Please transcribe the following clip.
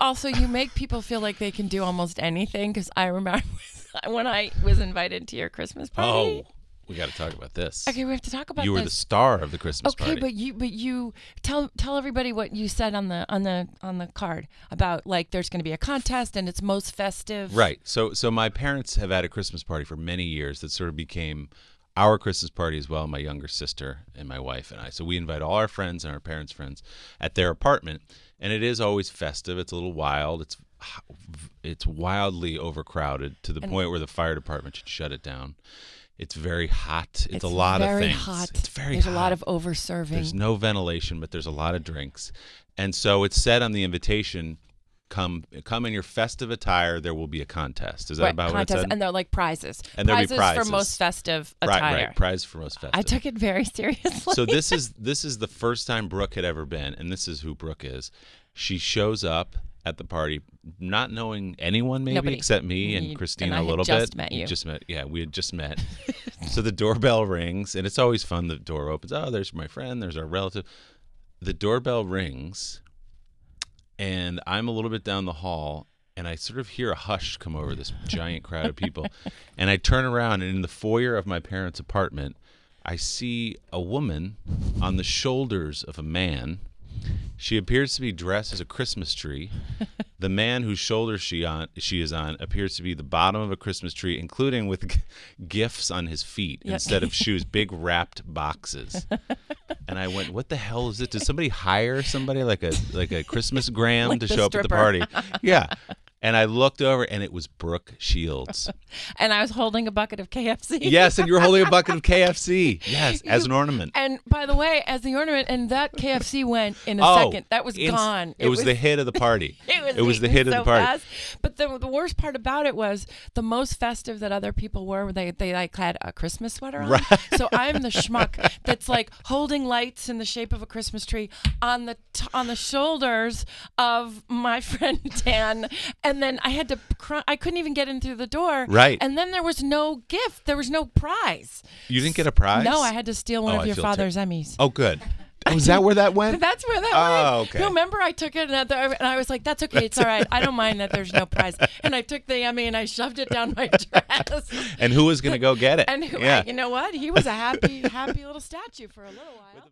also, you make people feel like they can do almost anything because I remember when I was invited to your Christmas party. Oh, we got to talk about this. Okay, we have to talk about you were the this. star of the Christmas okay, party. but you but you tell tell everybody what you said on the on the on the card about like there's going to be a contest and it's most festive. Right. So so my parents have had a Christmas party for many years that sort of became our Christmas party as well, my younger sister and my wife and I. So we invite all our friends and our parents' friends at their apartment and it is always festive. It's a little wild. It's it's wildly overcrowded to the point where the fire department should shut it down. It's very hot. It's, a lot very of things. Hot. It's very There's hot. a lot of overserving. There's no ventilation, but there's a lot of drinks. And so it said on the invitation, come come in your festive attire, there will be a contest. Is that Right, about contest, what it said? and they're like prizes. And there'll be prizes, prizes. for most festive right, attire. right. Prize for most festive. I took it very seriously. so this is this is the first time Brooke had ever been, and this is who Brooke is. She shows up at the party, not knowing anyone, maybe Nobody. except me and You- and Christine I a had little just bit. met you. Just met, yeah, we had just met. so the doorbell rings, and it's always fun. The door opens. Oh, there's my friend. There's our relative. The doorbell rings, and I'm a little bit down the hall. And I sort of hear a hush come over this giant crowd of people. And I turn around, and in the foyer of my parents' apartment, I see a woman on the shoulders of a man. She appears to be dressed as a Christmas tree. The man whose shoulders she on she is on appears to be the bottom of a Christmas tree, including with g- gifts on his feet Yeah. instead of shoes, big wrapped boxes. And I went, "What the hell is it? Did somebody hire somebody like a like a Christmas gram Like to the show up at the party?" stripper. Yeah. And I looked over, and it was Brooke Shields. and I was holding a bucket of KFC. Yes, and you were holding a bucket of KFC. Yes, as You- an ornament. And by the way, as the ornament, and that KFC went in a second. That was inst- gone. Oh, It, was, the hit of the party. It was, the eaten hit of so the party. Fast. But the, the worst part about it was the most festive that other people were. They they like had a Christmas sweater on. Right. So I'm the schmuck that's like holding lights in the shape of a Christmas tree on the t- on the shoulders of my friend Dan, and then I had to cr- I couldn't even get in through the door. Right. And then there was no gift. There was no prize. You didn't get a prize? No, I had to steal one Oh, of I your feel ter- father's Emmys. Oh, good. Oh, is that where that But went? That's where that Oh, went. okay. No, remember I took it and I, and I was like, "That's okay, it's all right. I don't mind that there's no prize." And I took the Emmy and I shoved it down my dress. and who was going to go get it? And who, yeah. you know what? He was a happy, happy little statue for a little while.